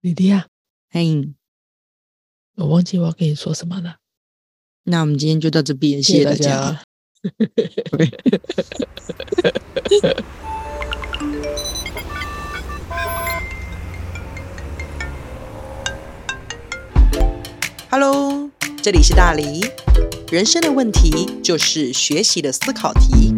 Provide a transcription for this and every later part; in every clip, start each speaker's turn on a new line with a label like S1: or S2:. S1: 李迪亚，
S2: 嘿，
S1: 我忘记我要跟你说什么了，
S2: 那我们今天就到这边，谢
S1: 谢
S2: 大
S1: 家。
S2: 家。Hello，这里是大黎。人生的问题就是学习的思考题。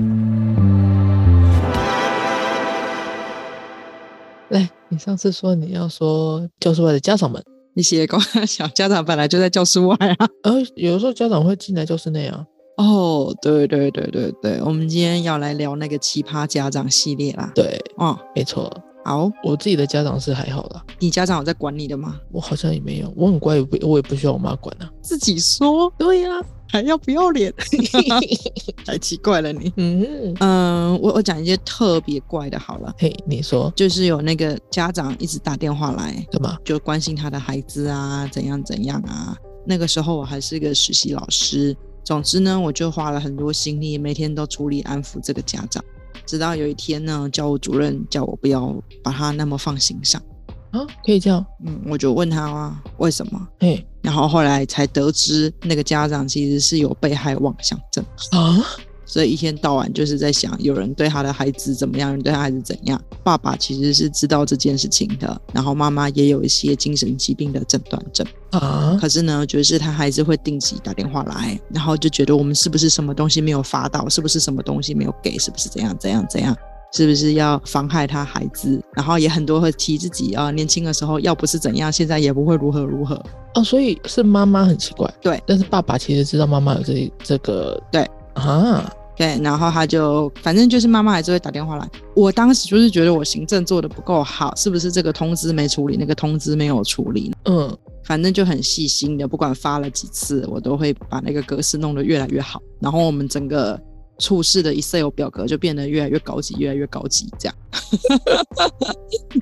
S1: 来，你上次说你要说教室外的家长们，
S2: 那些高 小家长本来就在教室外啊。
S1: 呃，有的时候家长会进来教室内啊。
S2: 哦，对对对对对，我们今天要来聊那个奇葩家长系列啦。
S1: 对，
S2: 哦，
S1: 没错，
S2: 好，
S1: 我自己的家长是还好啦，
S2: 你家长有在管你的吗？
S1: 我好像也没有，我很乖，我不我也不需要我妈管啊。
S2: 自己说
S1: 对 呀、
S2: 还要不要脸？ 太奇怪了你。
S1: 嗯，
S2: 嗯，我我讲一些特别怪的好了，
S1: 嘿，你说
S2: 就是有那个家长一直打电话来，
S1: 干嘛？
S2: 就关心他的孩子啊，怎样怎样啊。那个时候我还是个实习老师，总之呢，我就花了很多心力，每天都处理安抚这个家长。直到有一天呢，教务主任叫我不要把他那么放心上，
S1: 啊，可以这样？
S2: 嗯，我就问他啊，为什么？
S1: 嘿，
S2: 然后后来才得知，那个家长其实是有被害妄想症。
S1: 啊，
S2: 所以一天到晚就是在想，有人对他的孩子怎么样，有人对他孩子怎样。爸爸其实是知道这件事情的，然后妈妈也有一些精神疾病的诊断症。
S1: 啊，
S2: 可是呢，就是他还是会定期打电话来，然后就觉得我们是不是什么东西没有发到，是不是什么东西没有给，是不是怎样怎样怎样。是不是要妨害他孩子？然后也很多会提自己啊，年轻的时候要不是怎样，现在也不会如何如何。
S1: 哦，所以是妈妈很奇怪，
S2: 对，
S1: 但是爸爸其实知道妈妈有这这个，
S2: 对
S1: 啊，
S2: 对，然后他就反正就是妈妈还是会打电话来。我当时就是觉得我行政做的不够好，是不是这个通知没处理，那个通知没有处理？
S1: 嗯，
S2: 反正就很细心的，不管发了几次，我都会把那个格式弄得越来越好。然后我们整个处室的 Excel 表格就变得越来越高级，越来越高级这样。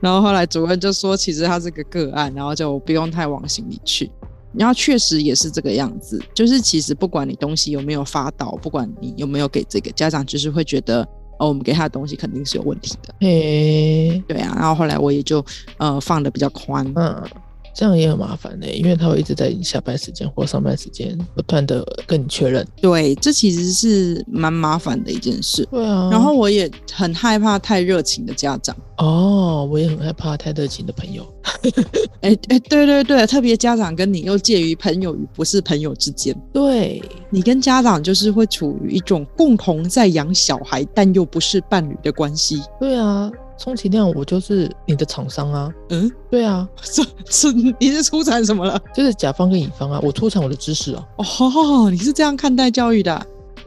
S2: 然后后来主任就说，其实他是个个案，然后就不用太往心里去。然后确实也是这个样子，就是其实不管你东西有没有发到，不管你有没有给这个家长，就是会觉得哦，我们给他的东西肯定是有问题的。
S1: 嘿，
S2: 对啊，然后后来我也就呃放的比较宽，
S1: 嗯，这样也很麻烦呢、因为他会一直在你下班时间或上班时间不断的跟你确认。
S2: 对，这其实是蛮麻烦的一件事。
S1: 对啊，
S2: 然后我也很害怕太热情的家长，
S1: 哦，我也很害怕太热情的朋友。
S2: 哎哎，对对对，特别家长跟你又介于朋友与不是朋友之间，
S1: 对，
S2: 你跟家长就是会处于一种共同在养小孩但又不是伴侣的关系。
S1: 对啊，充其量我就是你的厂商啊。
S2: 嗯，
S1: 对啊，
S2: 这这你是出产什么了？
S1: 就是甲方跟乙方啊，我出产我的知识啊。
S2: 哦，你是这样看待教育的啊？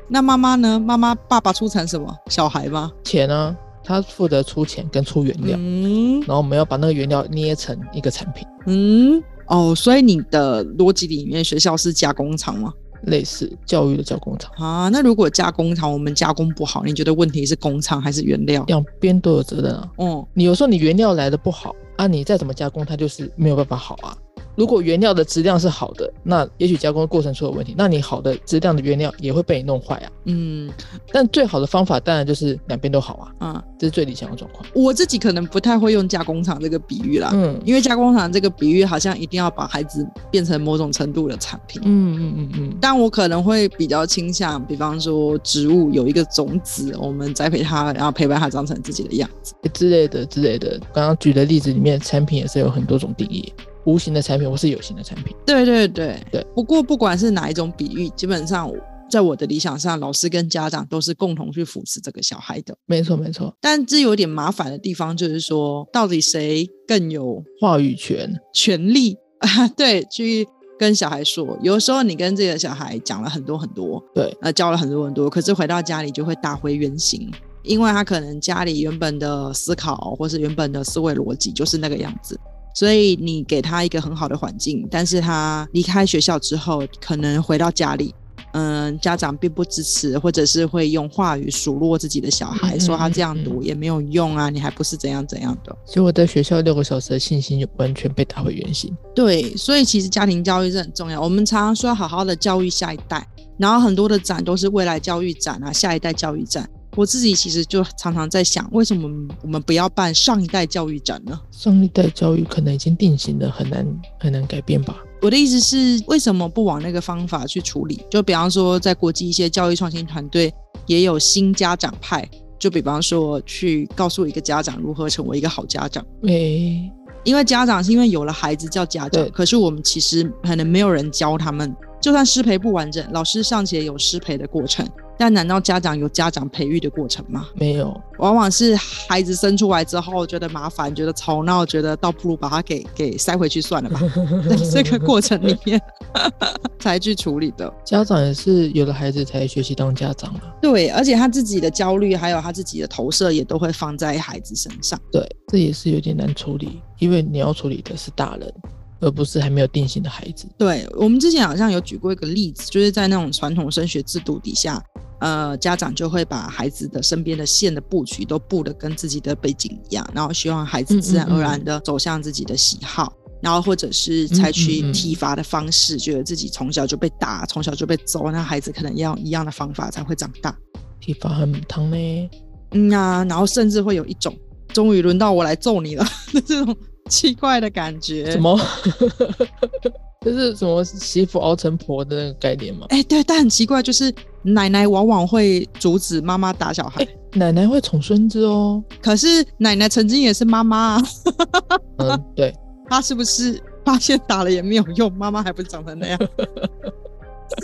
S2: 那妈妈呢？妈妈爸爸出产什么？小孩吗？
S1: 钱啊，他负责出钱跟出原料，
S2: 嗯
S1: 然后我们要把那个原料捏成一个产品，
S2: 嗯，哦，所以你的逻辑里面，学校是加工厂吗？
S1: 类似教育的教工厂，
S2: 啊，那如果加工厂我们加工不好，你觉得问题是工厂还是原料？
S1: 两边都有责任啊。
S2: 哦、
S1: 你有时候你原料来的不好啊，你再怎么加工，它就是没有办法好啊。如果原料的质量是好的，那也许加工过程出了问题，那你好的质量的原料也会被你弄坏啊。
S2: 嗯，
S1: 但最好的方法当然就是两边都好啊，
S2: 啊，
S1: 这是最理想的状况。
S2: 我自己可能不太会用加工厂这个比喻啦，
S1: 嗯
S2: 因为加工厂这个比喻好像一定要把孩子变成某种程度的产品。
S1: 嗯嗯嗯嗯，
S2: 但我可能会比较倾向，比方说植物有一个种子，我们栽培它，然后陪伴它长成自己的样子。
S1: 之类的之类的。刚刚举的例子里面，产品也是有很多种定义，无形的产品或是有形的产品。
S2: 对对对
S1: 对。
S2: 不过不管是哪一种比喻，基本上在我的理想上，老师跟家长都是共同去扶持这个小孩的。
S1: 没错没错，
S2: 但这有点麻烦的地方就是说，到底谁更有
S1: 话语权
S2: 权利 啊？对，去跟小孩说。有时候你跟自己的小孩讲了很多很多，
S1: 对，
S2: 呃，教了很多很多，可是回到家里就会打回原形，因为他可能家里原本的思考或是原本的思维逻辑就是那个样子。所以你给他一个很好的环境，但是他离开学校之后，可能回到家里，嗯，家长并不支持，或者是会用话语数落自己的小孩，
S1: 嗯
S2: 说他
S1: 嗯
S2: 这样
S1: 嗯
S2: 读也没有用啊，你还不是怎样怎样的。
S1: 所以我在学校六个小时的信心有完全被打回原形。
S2: 对，所以其实家庭教育是很重要。我们常常说要好好的教育下一代，然后很多的展都是未来教育展啊，下一代教育展。我自己其实就常常在想，为什么我们不要办上一代教育展呢？
S1: 上一代教育可能已经定型了，很难很难改变吧。
S2: 我的意思是，为什么不往那个方法去处理？就比方说，在国际一些教育创新团队也有新家长派，就比方说去告诉一个家长如何成为一个好家长，
S1: 诶、
S2: 因为家长是因为有了孩子叫家长
S1: 对，
S2: 可是我们其实可能没有人教他们，就算师培不完整，老师尚且有师培的过程，但难道家长有家长培育的过程吗？
S1: 没有，
S2: 往往是孩子生出来之后觉得麻烦，觉得吵闹，觉得倒不如把它给给塞回去算了吧，在这个过程里面 才去处理的。
S1: 家长也是有了孩子才学习当家长啊。
S2: 对，而且他自己的焦虑还有他自己的投射也都会放在孩子身上。
S1: 对，这也是有点难处理，因为你要处理的是大人，而不是还没有定型的孩子。
S2: 对我们之前好像有举过一个例子，就是在那种传统升学制度底下，呃，家长就会把孩子的身边的线的布局都布的跟自己的背景一样，然后希望孩
S1: 嗯
S2: 子自然而然的走向自己的喜好。然后或者是
S1: 嗯
S2: 采
S1: 嗯
S2: 取
S1: 嗯
S2: 体罚的方式，觉得自己从小就被打，从小就被揍，那孩子可能要用一样的方法才会长大。
S1: 体罚很疼呢，
S2: 嗯啊，然后甚至会有一种终于轮到我来揍你了 的这种奇怪的感觉。
S1: 什？么？ 这是什么媳妇熬成婆的那个概念吗？
S2: 哎，对，但很奇怪，就是奶奶往往会阻止妈妈打小孩，
S1: 奶奶会宠孙子哦。
S2: 可是奶奶曾经也是妈妈、啊，
S1: 嗯，对，
S2: 她是不是发现打了也没有用，妈妈还不是长成那样？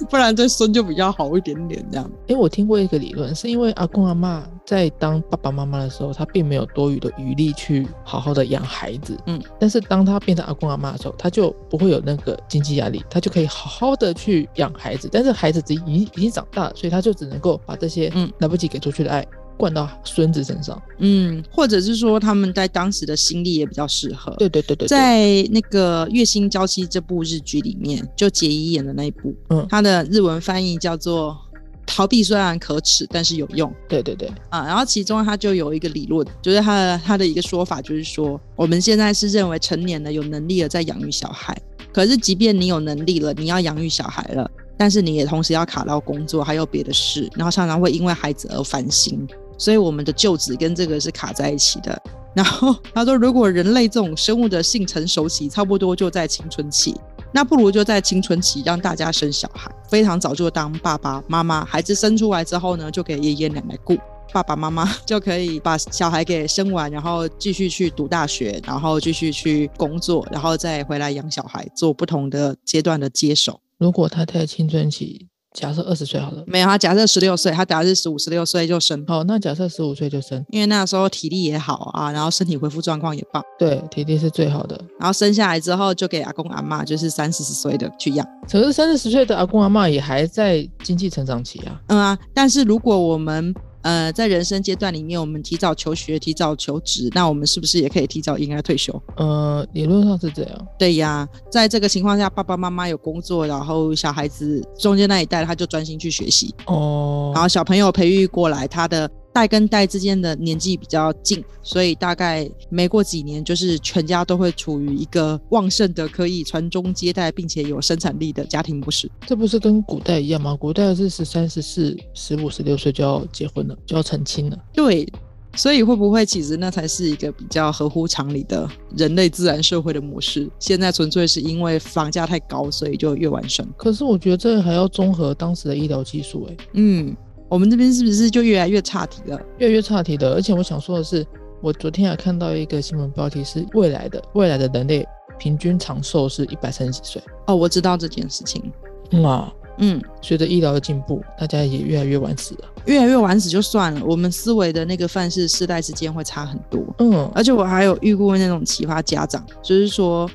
S2: 不然对孙就比较好一点点，这样。
S1: 诶，我听过一个理论，是因为阿公阿嬷在当爸爸妈妈的时候，他并没有多余的余力去好好的养孩子，
S2: 嗯，
S1: 但是当他变成阿公阿嬷的时候，他就不会有那个经济压力，他就可以好好的去养孩子，但是孩子已经已经长大了，所以他就只能够把这些
S2: 嗯
S1: 来不及给出去的爱灌到孙子身上。
S2: 嗯，或者是说他们在当时的心力也比较适合。
S1: 对对对对对，
S2: 在那个《月薪娇妻》这部日剧里面，就杰伊演的那一部，
S1: 嗯
S2: 它的日文翻译叫做“逃避虽然可耻，但是有用
S1: 对对对，”
S2: 啊。然后其中它就有一个理论，就是它的它的一个说法，就是说我们现在是认为成年了有能力了在养育小孩，可是即便你有能力了，你要养育小孩了。但是你也同时要卡到工作，还有别的事，然后常常会因为孩子而烦心，所以我们的就职跟这个是卡在一起的。然后他说，如果人类这种生物的性成熟期差不多就在青春期，那不如就在青春期让大家生小孩，非常早就当爸爸妈妈，孩子生出来之后呢，就给爷爷奶奶顾。爸爸妈妈 就可以把小孩给生完，然后继续去读大学，然后继续去工作，然后再回来养小孩，做不同的阶段的接手。
S1: 如果他在青春期，假设二十岁好了，
S2: 没有，他假设十六岁，他假设十五、十六岁就生，
S1: 好，那假设十五岁就生，
S2: 因为那时候体力也好啊，然后身体恢复状况也棒，
S1: 对，体力是最好的，
S2: 然后生下来之后就给阿公阿妈，就是三四十岁的去养。
S1: 可是三四十岁的阿公阿嬷也还在经济成长期啊。
S2: 嗯啊，但是如果我们呃在人生阶段里面，我们提早求学、提早求职，那我们是不是也可以提早应该退休？
S1: 呃，理论上是这样，
S2: 对呀，在这个情况下，爸爸妈妈有工作，然后小孩子中间那一代他就专心去学习，
S1: 哦
S2: 然后小朋友培育过来，他的代跟代之间的年纪比较近，所以大概没过几年，就是全家都会处于一个旺盛的、可以传宗接代并且有生产力的家庭模式。
S1: 这不是跟古代一样吗？古代是十三、十四、十五、十六岁就要结婚了，就要成亲了。
S2: 对，所以会不会其实那才是一个比较合乎常理的人类自然社会的模式？现在纯粹是因为房价太高，所以就越晚生。
S1: 可是我觉得这还要综合当时的医疗技术、欸，
S2: 嗯，我们这边是不是就越来越差题了？
S1: 越来越差题的。而且我想说的是，我昨天还看到一个新闻标题是未来的未来的人类平均长寿是一百三十几岁。
S2: 哦，我知道这件事情。
S1: 嗯啊，
S2: 嗯，
S1: 随着医疗的进步，大家也越来越晚死了。
S2: 越来越晚死就算了，我们思维的那个范式世代之间会差很多。
S1: 嗯，
S2: 而且我还有遇过那种奇葩家长，就是说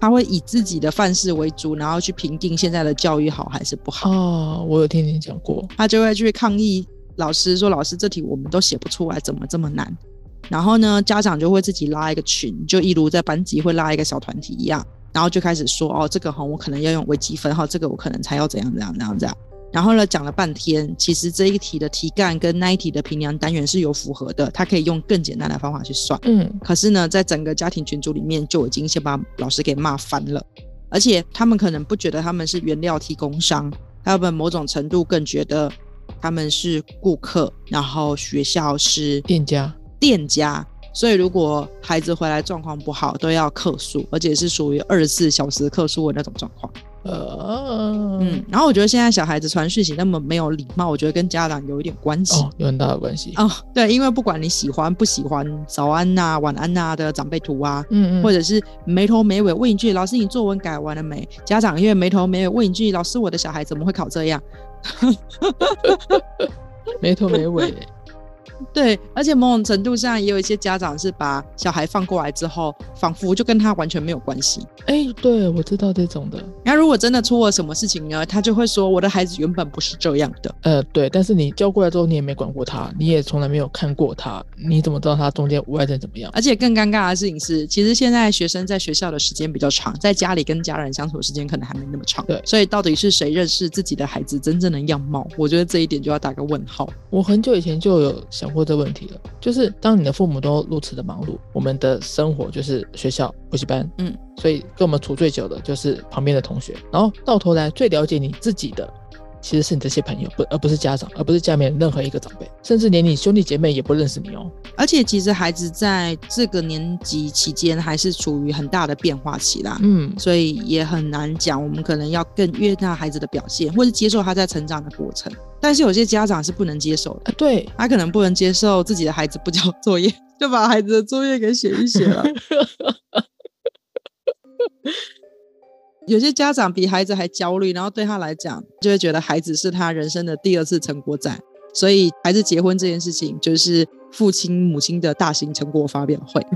S2: 他会以自己的范式为主，然后去评定现在的教育好还是不好，
S1: 啊，我有听你讲过，
S2: 他就会去抗议老师说：“老师，这题我们都写不出来，怎么这么难？”然后呢，家长就会自己拉一个群，就一如在班级会拉一个小团体一样，然后就开始说：“哦，这个哈，我可能要用微积分，哈，这个我可能才要怎样怎样怎样怎样。”然后呢，讲了半天，其实这一题的题干跟那一题的评量单元是有符合的，他可以用更简单的方法去算。
S1: 嗯，
S2: 可是呢，在整个家庭群组里面，就已经先把老师给骂翻了。而且他们可能不觉得他们是原料提供商，他们某种程度更觉得他们是顾客，然后学校是
S1: 店家
S2: 店家，所以如果孩子回来状况不好，都要客诉，而且是属于二十四小时客诉的那种状况。
S1: 呃，
S2: 嗯，然后我觉得现在小孩子传讯息那么没有礼貌，我觉得跟家长有一点关系。
S1: 哦，有很大的关系。
S2: 哦，对，因为不管你喜欢不喜欢早安呐、晚安呐、的长辈图啊，
S1: 嗯嗯，
S2: 或者是没头没尾问一句老师你作文改完了没？家长因为没头没尾问一句老师我的小孩怎么会考这样？
S1: 没头没尾。
S2: 对，而且某种程度上也有一些家长是把小孩放过来之后，仿佛就跟他完全没有关系。
S1: 哎，对，我知道这种的。
S2: 那如果真的出了什么事情呢，他就会说我的孩子原本不是这样的。
S1: 呃，对，但是你教过来之后，你也没管过他，你也从来没有看过他，你怎么知道他中间无碍症怎么样？
S2: 而且更尴尬的事情是，其实现在学生在学校的时间比较长，在家里跟家人相处的时间可能还没那么长。
S1: 对
S2: 所以到底是谁认识自己的孩子真正的样貌？我觉得这一点就要打个问号。
S1: 我很久以前就有想过这问题了，就是当你的父母都如此的忙碌，我们的生活就是学校、补习班，
S2: 嗯，
S1: 所以跟我们处最久的就是旁边的同学，然后到头来最了解你自己的。其实是你这些朋友，不而不是家长，而不是家里面任何一个长辈，甚至连你兄弟姐妹也不认识你哦。
S2: 而且其实孩子在这个年级期间还是处于很大的变化期啦。
S1: 嗯，
S2: 所以也很难讲，我们可能要更悦纳孩子的表现，或是接受他在成长的过程。但是有些家长是不能接受的，
S1: 啊，对，
S2: 他可能不能接受自己的孩子不交作业，就把孩子的作业给写一写了。有些家长比孩子还焦虑，然后对他来讲，就会觉得孩子是他人生的第二次成果展，所以孩子结婚这件事情就是父亲母亲的大型成果发表会。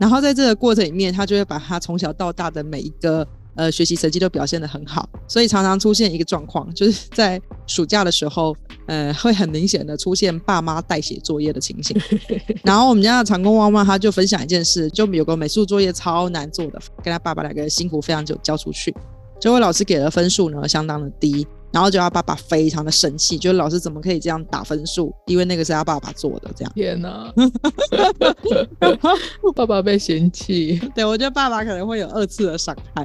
S2: 然后在这个过程里面，他就会把他从小到大的每一个呃学习成绩都表现得很好，所以常常出现一个状况，就是在暑假的时候，呃，会很明显的出现爸妈代写作业的情形。 然后我们家的长工旺旺他就分享一件事，就有个美术作业超难做的，跟他爸爸两个人辛苦非常久交出去，结果老师给的分数呢相当的低。然后就他爸爸非常的生气，就是老师怎么可以这样打分数？因为那个是他爸爸做的，这样。
S1: 天哪， 爸爸被嫌弃，
S2: 对，我觉得爸爸可能会有二次的伤害。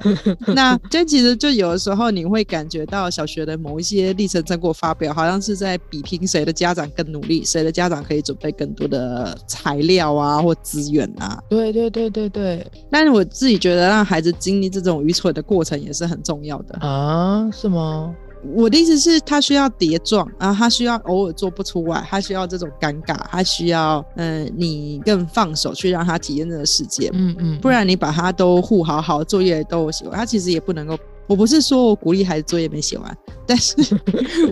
S2: 那这其实就有的时候你会感觉到小学的某一些历程成果发表，好像是在比拼谁的家长更努力，谁的家长可以准备更多的材料啊或资源啊。
S1: 对对对对对，
S2: 但是我自己觉得让孩子经历这种愚蠢的过程也是很重要的。
S1: 啊，是吗？
S2: 我的意思是，他需要跌撞，然后他需要偶尔做不出来，他需要这种尴尬，他需要嗯、呃你更放手去让他体验这个世界。
S1: 嗯嗯，
S2: 不然你把它都护好好，作业都有写完，他其实也不能够。我不是说我鼓励孩子作业没写完，但是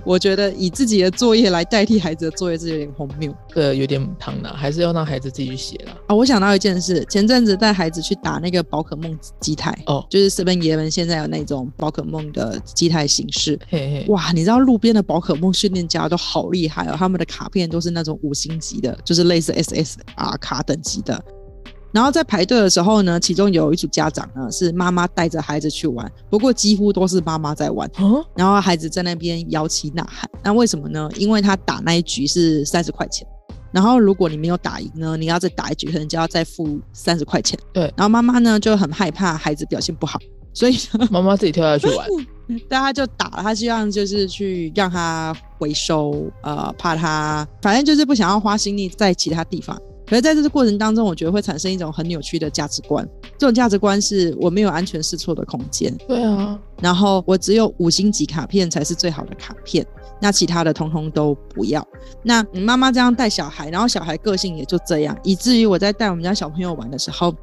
S2: 我觉得以自己的作业来代替孩子的作业是有点荒谬
S1: 呃，有点唐拿，还是要让孩子自己去写啦。
S2: 啊！我想到一件事，前阵子带孩子去打那个宝可梦机台，
S1: 哦，
S2: 就是 Seven Eleven 现在有那种宝可梦的机台形式。
S1: 嘿嘿，
S2: 哇，你知道路边的宝可梦训练家都好厉害哦，他们的卡片都是那种五星级的，就是类似 SSR 卡等级的。然后在排队的时候呢，其中有一组家长呢是妈妈带着孩子去玩，不过几乎都是妈妈在玩，
S1: 啊，
S2: 然后孩子在那边摇旗呐喊。那为什么呢？因为他打那一局是三十块钱，然后如果你没有打赢呢，你要再打一局，可能就要再付三十块钱。
S1: 对
S2: 然后妈妈呢就很害怕孩子表现不好，所以呢
S1: 妈妈自己跳下去玩，
S2: 但他就打了，他希望就是去让他回收，呃，怕他反正就是不想要花心力在其他地方。可是在这个过程当中，我觉得会产生一种很扭曲的价值观，这种价值观是我没有安全试错的空间，
S1: 对啊，
S2: 然后我只有五星级卡片才是最好的卡片，那其他的通通都不要。那你妈妈这样带小孩，然后小孩个性也就这样，以至于我在带我们家小朋友玩的时候，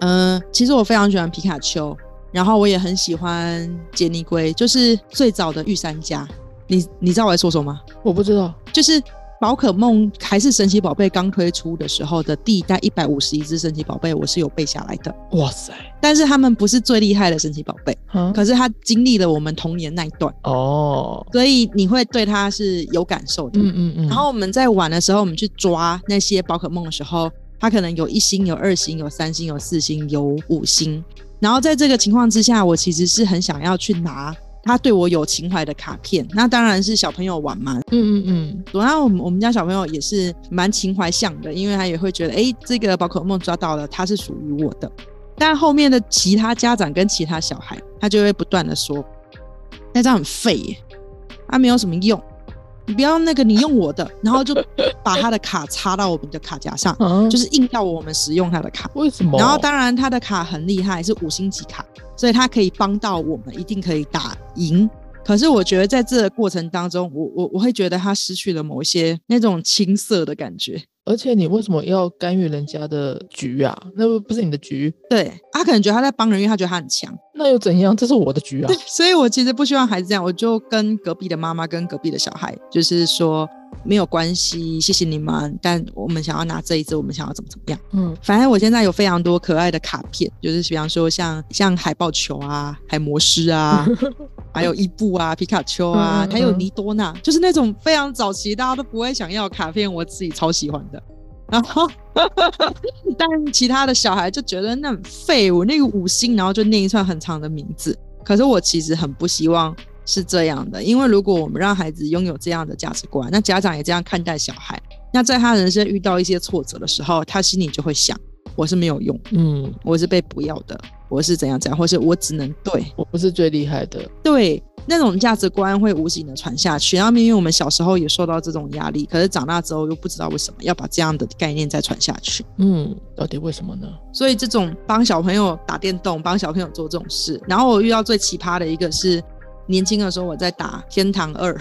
S2: 嗯、其实我非常喜欢皮卡丘，然后我也很喜欢杰尼龟，就是最早的御三家。你你知道我在说什么吗？
S1: 我不知道，
S2: 就是宝可梦还是神奇宝贝刚推出的时候的第一代一百五十一只神奇宝贝，我是有背下来的。
S1: 哇塞，
S2: 但是他们不是最厉害的神奇宝贝，
S1: 啊，
S2: 可是他经历了我们童年那一段，
S1: 哦，
S2: 所以你会对他是有感受的。
S1: 嗯嗯嗯，
S2: 然后我们在玩的时候，我们去抓那些宝可梦的时候，它可能有一星、有二星、有三星、有四星、有五星。然后在这个情况之下，我其实是很想要去拿它对我有情怀的卡片。那当然是小朋友玩嘛，
S1: 嗯嗯嗯，
S2: 然后我们我们家小朋友也是蛮情怀向的，因为他也会觉得，哎，这个宝可梦抓到了，它是属于我的。但后面的其他家长跟其他小啊孩，他就会不断的说，那张很废耶，它没有什么用，你不要那个，你用我的，然后就把他的卡插到我们的卡夹上，
S1: 啊，
S2: 就是是硬要我们使用他的卡。
S1: 为什么？
S2: 然后当然他的卡很厉害，是五星级卡，所以他可以帮到我们，一定可以打赢。可是我觉得在这个过程当中，我我我会觉得他失去了某一些那种青涩的感觉。
S1: 而且你为什么要干预人家的局啊？那又不是你的局，
S2: 对他可能觉得他在帮人，因为他觉得他很强。
S1: 那又怎样？这是我的局啊
S2: 对！，所以我其实不希望孩子这样，我就跟隔壁的妈妈跟隔壁的小孩，就是说没有关系，谢谢你们，但我们想要拿这一支，我们想要怎么怎么样。
S1: 嗯，
S2: 反正我现在有非常多可爱的卡片，就是比方说像像海豹球啊、海魔师啊，还有伊布啊、皮卡丘
S1: 嗯嗯
S2: 啊，
S1: 嗯嗯
S2: 还有尼多纳，就是那种非常早期大家都不会想要的卡片，我自己超喜欢的。然后，但其他的小孩就觉得那很废物，那个五星，然后就念一串很长的名字。可是我其实很不希望是这样的，因为如果我们让孩子拥有这样的价值观，那家长也这样看待小孩，那在他人生遇到一些挫折的时候，他心里就会想：我是没有用，
S1: 嗯，
S2: 我是被不要的，我是怎样怎样，或是我只能对
S1: 我不是最厉害的，
S2: 对那种价值观会无形的传下去。然后，因为我们小时候也受到这种压力，可是长大之后又不知道为什么要把这样的概念再传下去。
S1: 嗯，到底为什么呢？
S2: 所以这种帮小朋友打电动、帮小朋友做这种事，然后我遇到最奇葩的一个是，年轻的时候我在打《天堂二》，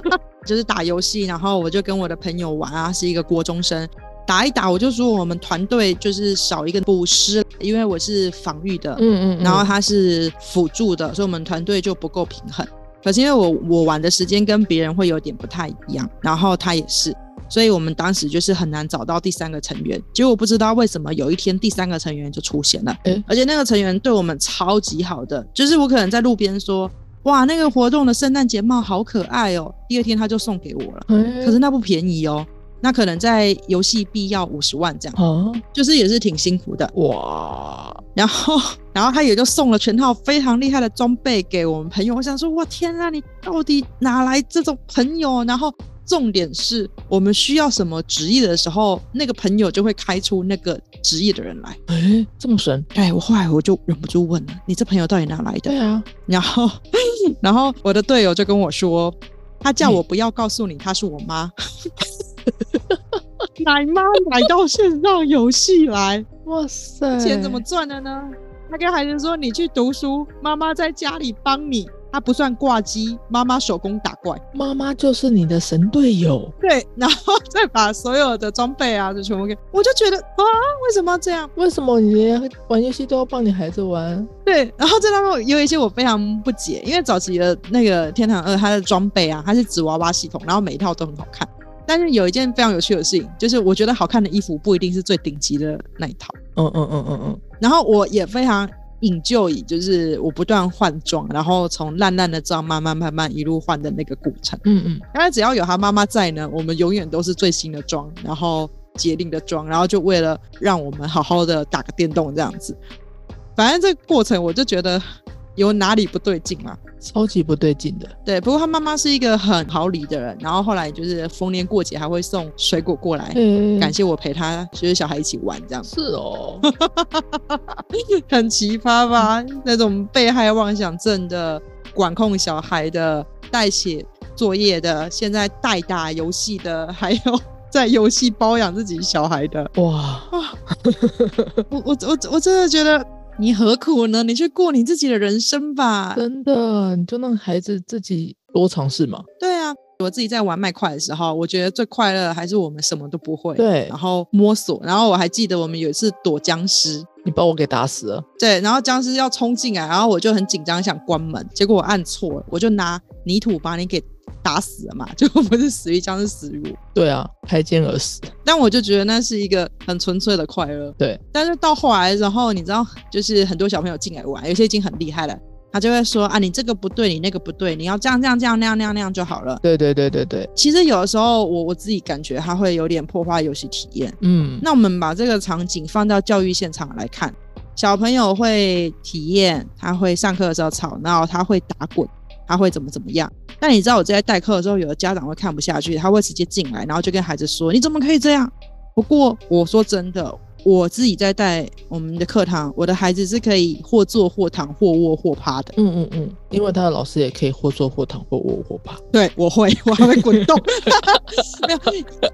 S2: 就是打游戏，然后我就跟我的朋友玩啊，是一个国中生，打一打我就说我们团队就是少一个捕师，因为我是防御的，
S1: 嗯
S2: 然后他是辅助的，所以我们团队就不够平衡。可是因为我我玩的时间跟别人会有点不太一样，然后他也是，所以我们当时就是很难找到第三个成员。结果不知道为什么有一天第三个成员就出现了，
S1: 诶
S2: 而且那个成员对我们超级好的，就是我可能在路边说，哇，那个活动的圣诞节帽好可爱哦，第二天他就送给我了，
S1: 哎，
S2: 可是那不便宜哦。那可能在游戏币要五十万这样，
S1: 啊，
S2: 就是也是挺辛苦的。
S1: 哇，
S2: 然后， 然后他也就送了全套非常厉害的装备给我们朋友。我想说，哇，天啊，你到底哪来这种朋友？然后，重点是我们需要什么职业的时候，那个朋友就会开出那个职业的人来。
S1: 哎，这么神？
S2: 哎，我后来我就忍不住问了，你这朋友到底哪来的
S1: 对？啊，
S2: 然后，然后我的队友就跟我说，他叫我不要告诉你他是我妈， 奶妈奶到线上游戏来。
S1: 哇塞，
S2: 钱怎么赚的呢？他跟孩子说：“你去读书，妈妈在家里帮你。”他不算挂机，妈妈手工打怪。
S1: 妈妈就是你的神队友，
S2: 对，然后再把所有的装备啊，就全部给。我就觉得啊，为什么要这样？
S1: 为什么你连玩游戏都要帮你孩子玩？
S2: 对，然后这当中有一些我非常不解，因为早期的那个《天堂二》它的装备啊，它是纸娃娃系统，然后每一套都很好看。但是有一件非常有趣的事情，就是我觉得好看的衣服不一定是最顶级的那一套。
S1: 嗯嗯嗯嗯嗯，
S2: 然后我也非常引咎以，就是我不断换装，然后从烂烂的装慢慢慢慢一路换的那个过程。
S1: 嗯嗯，
S2: 当然，只要有他妈妈在呢，我们永远都是最新的装，然后节令的装，然后就为了让我们好好的打个电动这样子。反正这个过程我就觉得有哪里不对劲嘛。
S1: 超级不对劲的，
S2: 对，不过他妈妈是一个很好礼的人，然后后来就是逢年过节还会送水果过来，
S1: 哎，
S2: 感谢我陪他就是小孩一起玩这样子。
S1: 是 哦，
S2: 很奇葩吧？那种被害妄想症的、管控小孩的、代写作业的，现在代打游戏的，还有 在游戏包养自己小孩的，
S1: 哇，
S2: 我我我我真的觉得你何苦呢？你去过你自己的人生吧。
S1: 真的，你就让孩子自己多尝试嘛。
S2: 对啊，我自己在玩麦块的时候，我觉得最快乐的还是我们什么都不会，
S1: 对哦
S2: 然后摸索。然后我还记得我们有一次躲僵尸，
S1: 你把我给打死了，
S2: 对，然后僵尸要冲进来，然后我就很紧张，想关门，结果我按错了，我就拿泥土把你给打死了嘛， 结果不是死于僵尸，死于我。
S1: 对啊，拍肩而死，
S2: 但我就觉得那是一个很纯粹的快乐。
S1: 对，
S2: 但是到后来，然后你知道，就是很多小朋友进来玩，有些已经很厉害了，他就会说啊，你这个不对，你那个不对，你要这样这样这样那样那样那样就好了。
S1: 对对对对对，
S2: 其实有的时候我我自己感觉他会有点破坏游戏体验。
S1: 嗯，
S2: 那我们把这个场景放到教育现场来看，小朋友会体验，他会上课的时候吵闹，他会打滚，他会怎么怎么样。但你知道我在代课的时候，有的家长会看不下去，他会直接进来，然后就跟孩子说：“你怎么可以这样？”不过我说真的，我自己在带我们的课堂，我的孩子是可以或坐或躺或卧或趴的。
S1: 嗯嗯嗯，因为他的老师也可以或坐或躺或卧或趴。
S2: 对，我会，我还会滚动。 没有，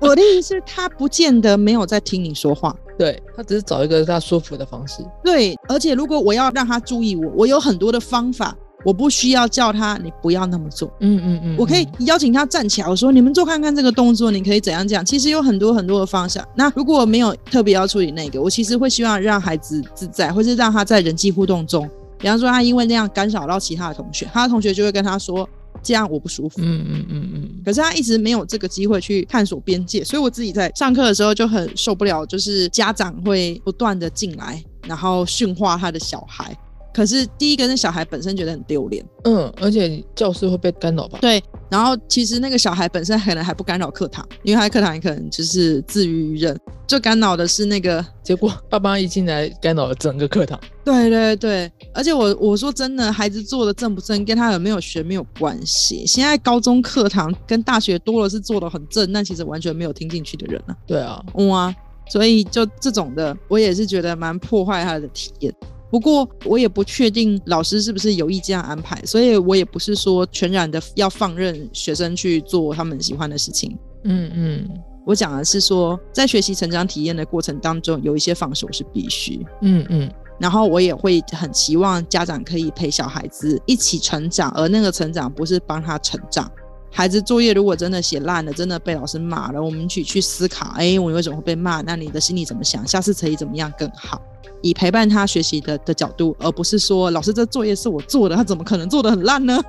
S2: 我的意思是，他不见得没有在听你说话。
S1: 对他只是找一个他舒服的方式。
S2: 对，而且如果我要让他注意我，我有很多的方法，我不需要叫他你不要那么做，
S1: 嗯嗯嗯，
S2: 我可以
S1: 嗯
S2: 邀请他站起来，我说你们做看看这个动作，你可以怎样讲。其实有很多很多的方向。那如果没有特别要处理那个，我其实会希望让孩子自在，或是让他在人际互动中，比方说他因为那样干扰到其他的同学，他的同学就会跟他说这样我不舒服。
S1: 嗯嗯嗯嗯，
S2: 可是他一直没有这个机会去探索边界，所以我自己在上课的时候就很受不了，就是家长会不断的进来，然后训话他的小孩。可是第一个是小孩本身觉得很丢脸，
S1: 嗯，而且教室会被干扰吧？
S2: 对。然后其实那个小孩本身可能还不干扰课堂，因为他在课堂也可能就是自娱于人，最干扰的是那个，
S1: 结果爸妈一进来干扰了整个课堂。
S2: 对对对。而且我我说真的，孩子做的正不正跟他有没有学没有关系。现在高中课堂跟大学多的是做的很正，但其实完全没有听进去的人啊。
S1: 对啊，
S2: 嗯啊，所以就这种的，我也是觉得蛮破坏他的体验。不过我也不确定老师是不是有意这样安排，所以我也不是说全然的要放任学生去做他们喜欢的事情。
S1: 嗯嗯
S2: 我讲的是说，在学习成长体验的过程当中，有一些放手是必须。
S1: 嗯嗯，
S2: 然后我也会很期望家长可以陪小孩子一起成长，而那个成长不是帮他成长。孩子作业如果真的写烂了，真的被老师骂了，我们一起去思考，哎，我为什么会被骂？那你的心里怎么想？下次可以怎么样更好？以陪伴他学习的的角度，而不是说老师这作业是我做的，他怎么可能做的很烂呢？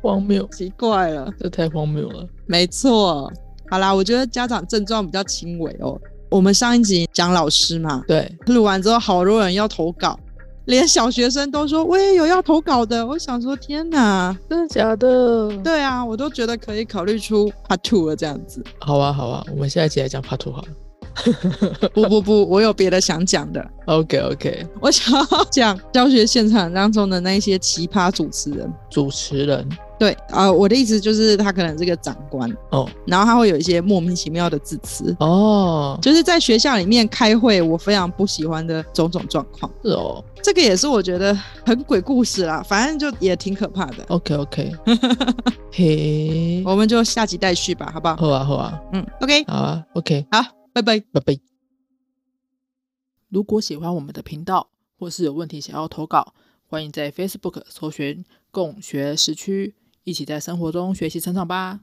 S1: 荒谬，
S2: 奇怪了。
S1: 这太荒谬了。
S2: 没错，好啦，我觉得家长症状比较轻微哦。我们上一集讲老师嘛，
S1: 对，
S2: 录完之后，好多人要投稿，连小学生都说我也有要投稿的。我想说，天哪，
S1: 真的假的？
S2: 对啊，我都觉得可以考虑出 part two 了这样子。
S1: 好啊好啊，我们下一集来讲 Part Two 好了。
S2: 不不不，我有别的想讲的，
S1: OK OK，
S2: 我想要讲教学现场当中的那一些奇葩主持人。
S1: 主持人
S2: 对啊、呃我的意思就是他可能是个长官，
S1: 哦
S2: 然后他会有一些莫名其妙的字词，
S1: 哦
S2: 就是在学校里面开会，我非常不喜欢的种种状况。
S1: 是哦
S2: 这个也是我觉得很鬼故事啦，反正就也挺可怕的。
S1: ，OK OK，嘿，
S2: 我们就下集待续吧，好不好？
S1: 好啊好啊，
S2: 嗯，OK，
S1: 好啊 OK，
S2: 好，拜拜。
S1: 拜拜。如果喜欢我们的频道，或是有问题想要投稿，欢迎在 Facebook 搜寻“共学时区”，一起在生活中学习成长吧。